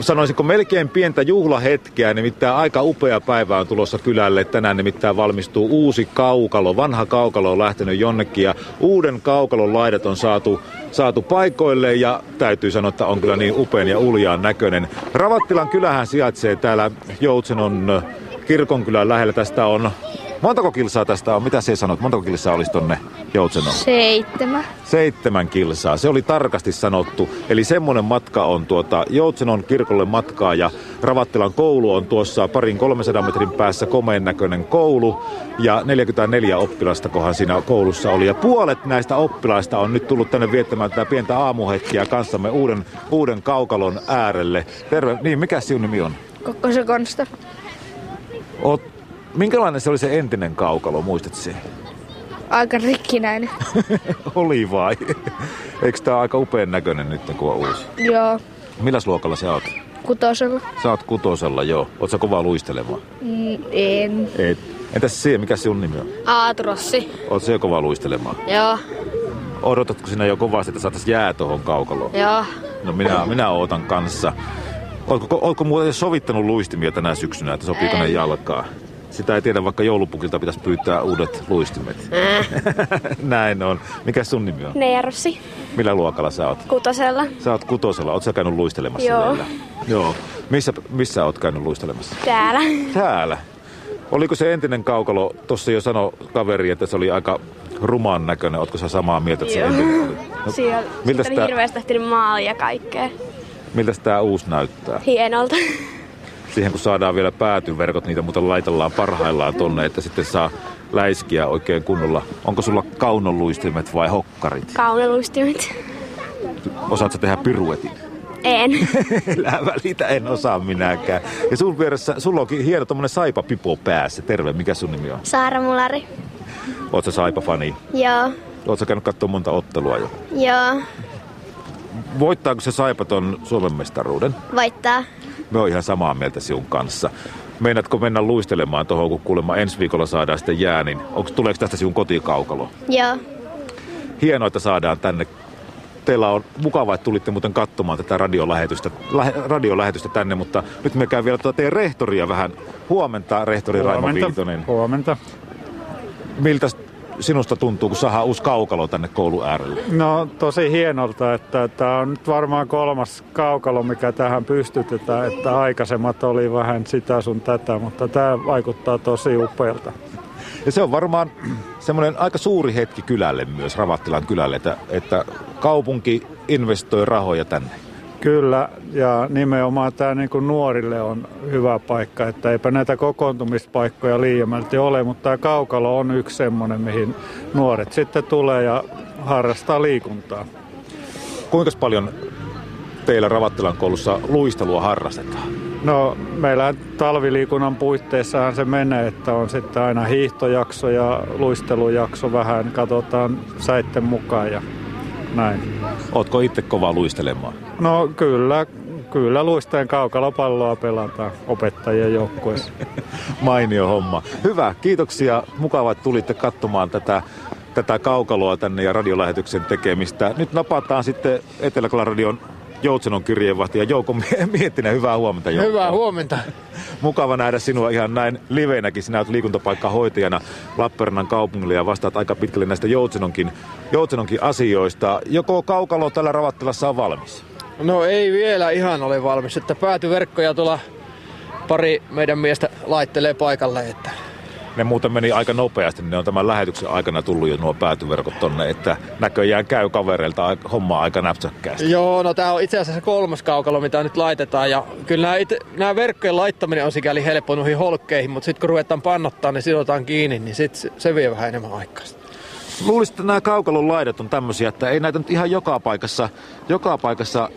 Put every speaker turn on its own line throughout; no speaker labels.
sanoisinko melkein pientä juhlahetkeä, nimittäin aika upea päivä on tulossa kylälle. Tänään nimittäin valmistuu uusi kaukalo. Vanha kaukalo on lähtenyt jonnekin ja uuden kaukalon laidat on saatu, saatu paikoille ja täytyy sanoa, että on kyllä niin upean ja uljaan näköinen. Ravattilan kylähän sijaitsee täällä Joutsenon kirkonkylän lähellä. Tästä on Montako kilsaa tästä on? Mitä se sanot? Montako kilsaa olisi tonne Joutsenoon?
Seitsemän.
Seitsemän kilsaa. Se oli tarkasti sanottu. Eli semmoinen matka on tuota Joutsenon kirkolle matkaa ja Ravattilan koulu on tuossa parin 300 metrin päässä komeen näköinen koulu. Ja 44 oppilasta kohan siinä koulussa oli. Ja puolet näistä oppilaista on nyt tullut tänne viettämään tätä pientä aamuhetkiä kanssamme uuden, uuden kaukalon äärelle. Terve. Niin, mikä sinun nimi on?
Kokkosen Konsta.
Oot Minkälainen se oli se entinen kaukalo, muistat se?
Aika rikkinäinen.
oli vai? Eikö tää aika upean näköinen nyt, kun on uusi?
Joo.
Milläs luokalla sä oot?
Kutosella.
Sä oot kutosella, joo. Oot sä kovaa luistelemaan?
Mm, en.
Et. Entäs se, mikä sinun nimi on?
Aaturossi.
Oot se kovaa luistelemaan?
Joo.
Odotatko sinä jo kovasti, että saatais jää tohon kaukaloon?
Joo.
No minä, minä ootan kanssa. Ootko, ootko muuten sovittanut luistimia tänä syksynä, että sopiiko ne
En.
jalkaa? Sitä ei tiedä, vaikka joulupukilta pitäisi pyytää uudet luistimet. Näin on. Mikä sun nimi on?
Neerossi,
Millä luokalla sä oot?
kutosella,
Sä oot kutosella. Oot sä käynyt luistelemassa
Joo.
meillä? Joo. Missä, missä oot käynyt luistelemassa?
täällä.
Täällä. Oliko se entinen kaukalo, tossa jo sano kaveri, että se oli aika rumaan näköinen. Ootko sä samaa mieltä, että se
Joo.
entinen oli? No,
Siellä
miltäs
oli
tää-
hirveästi lähtenyt maalia ja kaikkea.
miltäs tää uusi näyttää?
Hienolta.
Siihen kun saadaan vielä päätyverkot, niitä muuten laitellaan parhaillaan tonne, että sitten saa läiskiä oikein kunnolla. Onko sulla kaunonluistimet vai hokkarit?
Kauneluistimet.
Osaat sä tehdä piruetin?
En.
Elä välitä, en osaa minäkään. Ja sun vieressä, sulla onkin hieno tommonen saipa pipo päässä. Terve, mikä sun nimi on?
Saara Mulari.
Oot sä saipa fani?
Joo,
Oot sä käynyt katsomaan monta ottelua jo?
joo,
Voittaako se saipa ton Suomen mestaruuden?
voittaa.
Me oon ihan samaa mieltä sinun kanssa. Meinaatko mennä luistelemaan tuohon, kun kuulemma ensi viikolla saadaan sitten jää, niin onko, tuleeko tästä sinun kotikaukalo?
Joo,
Hienoa, että saadaan tänne. Teillä on mukavaa, että tulitte muuten katsomaan tätä radiolähetystä, lähe, radiolähetystä tänne, mutta nyt me käy vielä tuota teidän rehtoria vähän. Huomenta, rehtori Raimo Viitonen.
Huomenta.
Miltä sinusta tuntuu, kun saadaan uusi kaukalo tänne koulun äärelle?
No tosi hienolta, että tämä on nyt varmaan kolmas kaukalo, mikä tähän pystytetään, että aikaisemmat oli vähän sitä sun tätä, mutta tämä vaikuttaa tosi upealta.
Ja se on varmaan semmoinen aika suuri hetki kylälle myös, Ravattilan kylälle, että, että kaupunki investoi rahoja tänne.
Kyllä, ja nimenomaan tämä niinku nuorille on hyvä paikka, että eipä näitä kokoontumispaikkoja liiemmälti ole, mutta tämä kaukalo on yksi semmoinen, mihin nuoret sitten tulee ja harrastaa liikuntaa.
Kuinka paljon teillä Ravattilan koulussa luistelua harrastetaan?
No meillä talviliikunnan puitteissahan se menee, että on sitten aina hiihtojakso ja luistelujakso vähän, katsotaan säitten mukaan ja näin.
Ootko itse kova luistelemaan?
No kyllä, kyllä luisteen kaukalopalloa pelataan opettajien joukkueessa.
Mainio homma. Hyvä, kiitoksia. Mukavaa, että tulitte katsomaan tätä, tätä kaukaloa tänne ja radiolähetyksen tekemistä. Nyt napataan sitten etelä radion Joutsenon kirjeenvahti ja Jouko Miettinen. Hyvää huomenta Jouko.
Hyvää huomenta.
Mukava nähdä sinua ihan näin liveenäkin. Sinä olet liikuntapaikkahoitajana Lappeenrannan kaupungilla ja vastaat aika pitkälle näistä Joutsenonkin, Joutsenonkin asioista. Joko kaukalo täällä Ravattilassa on valmis?
No ei vielä ihan ole valmis, että päätyverkkoja tuolla pari meidän miestä laittelee paikalle, että
Ne muuten meni aika nopeasti, ne on tämän lähetyksen aikana tullut jo nuo päätyverkot tonne, että näköjään käy kavereilta aik- hommaa aika näpsäkkäästi.
Joo, no tää on itse asiassa kolmas kaukalo, mitä nyt laitetaan. Ja kyllä nämä, ite, nämä verkkojen laittaminen on sikäli helppo noihin holkkeihin, mutta sitten kun ruvetaan pannottaa, niin sidotaan kiinni, niin sit se- se vie vähän enemmän aikaa.
Luulisin, että nämä kaukalon laidat on tämmöisiä, että ei näitä nyt ihan joka paikassa, joka paikassa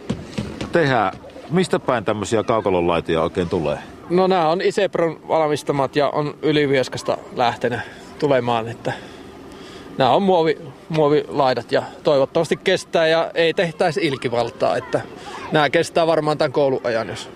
tehdä. Mistä päin tämmöisiä kaukalon laitoja oikein tulee?
No nämä on Isepron valmistamat ja on Ylivieskasta lähtenyt tulemaan, että nämä on muovi, muovilaidat ja toivottavasti kestää ja ei tehtäisi ilkivaltaa, että nämä kestää varmaan tämän kouluajan, jos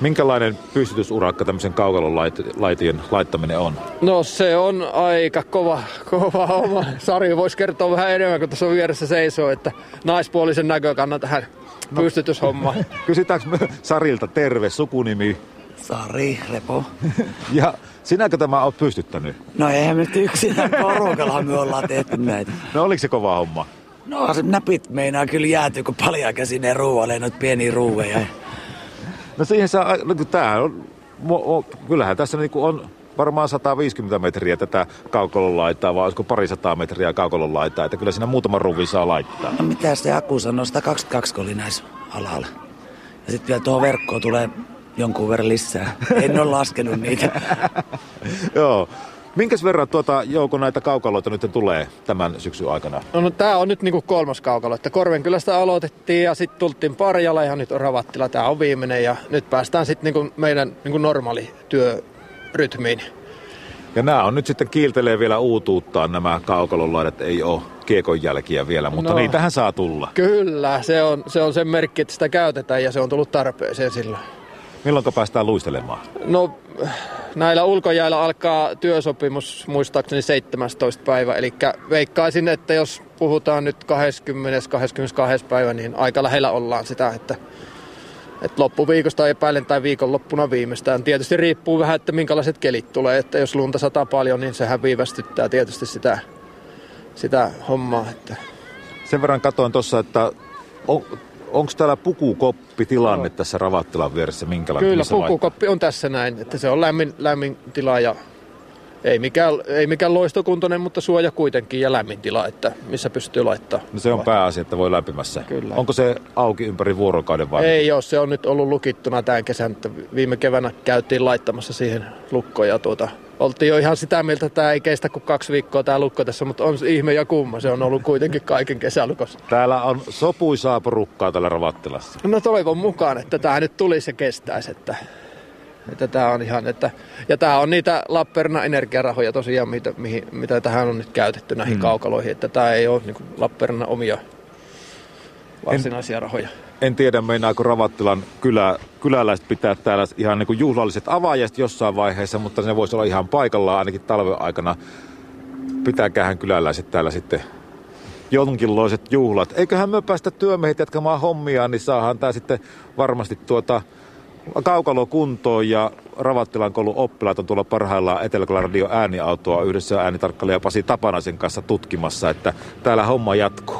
Minkälainen pystytysurakka tämmöisen kaukalon lait- laitojen laittaminen on?
No se on aika kova, kova homma. Sari voisi kertoa vähän enemmän, kun tuossa vieressä seisoo, että naispuolisen näkökannan tähän pystytyshomma.
Kysytäänkö me Sarilta terve sukunimi?
Sari Repo.
Ja sinäkö tämä on pystyttänyt?
No eihän me nyt yksin porukalla me ollaan tehty näitä.
No oliko se kova homma?
No se näpit meinaa kyllä jäätyy, kun paljon käsin ne ruualle, noita pieniä ruuveja.
No siihen saa, no, kun tämähän on, mo, o, kyllähän tässä niinku on varmaan 150 metriä tätä kaukolon laitaa, vai olisiko pari sataa metriä kaukolon laitaa, että kyllä siinä muutama ruvi saa laittaa.
No mitä se Aku sanoo, 122 oli näissä alalla. Ja sitten vielä tuohon verkkoon tulee jonkun verran lisää. En ole laskenut niitä.
Joo. Minkäs verran tuota joukko näitä kaukaloita nyt tulee tämän syksyn aikana?
No, no tää on nyt niinku kolmas kaukalo, että Korvenkylästä aloitettiin ja sitten tultiin Parjalle ja nyt on Ravattila, tää on viimeinen ja nyt päästään sitten niinku meidän niinku normaali työrytmiin.
Ja nämä on nyt sitten kiiltelee vielä uutuuttaan nämä kaukalolaidat, ei ole kiekon jälkiä vielä, mutta no.
No.
niitähän saa tulla.
Kyllä, se on, se on sen merkki, että sitä käytetään ja se on tullut tarpeeseen silloin.
Milloinka päästään luistelemaan?
No näillä ulkojäillä alkaa työsopimus muistaakseni 17. päivä, eli veikkaisin, että jos puhutaan nyt 20. 22. päivä, niin aika lähellä ollaan sitä, että, että loppuviikosta epäilen tai viikonloppuna viimeistään. Tietysti riippuu vähän, että minkälaiset kelit tulee, että jos lunta sataa paljon, niin sehän viivästyttää tietysti sitä, sitä hommaa, että
Sen verran katoin tuossa, että on, onko täällä pukukoppitilanne no. tässä Ravattilan vieressä? Minkälainen?
Kyllä,
missä laittaa?
pukukoppi on tässä näin, että se on lämmin, lämmin tila ja ei mikään, ei mikään loistokuntoinen, mutta suoja kuitenkin ja lämmin tila, että missä pystyy laittaa.
No se on pääasia, että voi lämpimässä.
Kyllä.
Onko se auki ympäri vuorokauden vai?
Ei ole, se on nyt ollut lukittuna tämän kesän, että viime keväänä käytiin laittamassa siihen lukkoon ja tuota, oltiin jo ihan sitä mieltä, että tämä ei kestä kuin kaksi viikkoa tämä lukko tässä, mutta on se ihme ja kumma, se on ollut kuitenkin kaiken kesälukossa.
Täällä on sopuisaa porukkaa täällä Ravattilassa.
No toivon mukaan, että tämä nyt tulisi ja kestäisi, että, että tämä on ihan, että, ja tämä on niitä Lappeenrannan energiarahoja tosiaan, mitä, mihin, mitä tähän on nyt käytetty näihin mm. kaukaloihin, että tämä ei ole niin Lappeenrannan omia varsinaisia en... rahoja.
En tiedä, meinaako Ravattilan kylä, kyläläiset pitää täällä ihan niin kuin juhlalliset avaajaiset jossain vaiheessa, mutta ne voisi olla ihan paikallaan ainakin talven aikana. Pitääköhän kyläläiset täällä sitten jonkinlaiset juhlat. Eiköhän me päästä työmiehet jatkamaan hommiaan, niin saahan tämä sitten varmasti tuota kaukalo kuntoon ja Ravattilan koulun oppilaat on tuolla parhaillaan etelä radio ääniautoa yhdessä äänitarkkailija Pasi Tapanaisen kanssa tutkimassa, että täällä homma jatkuu.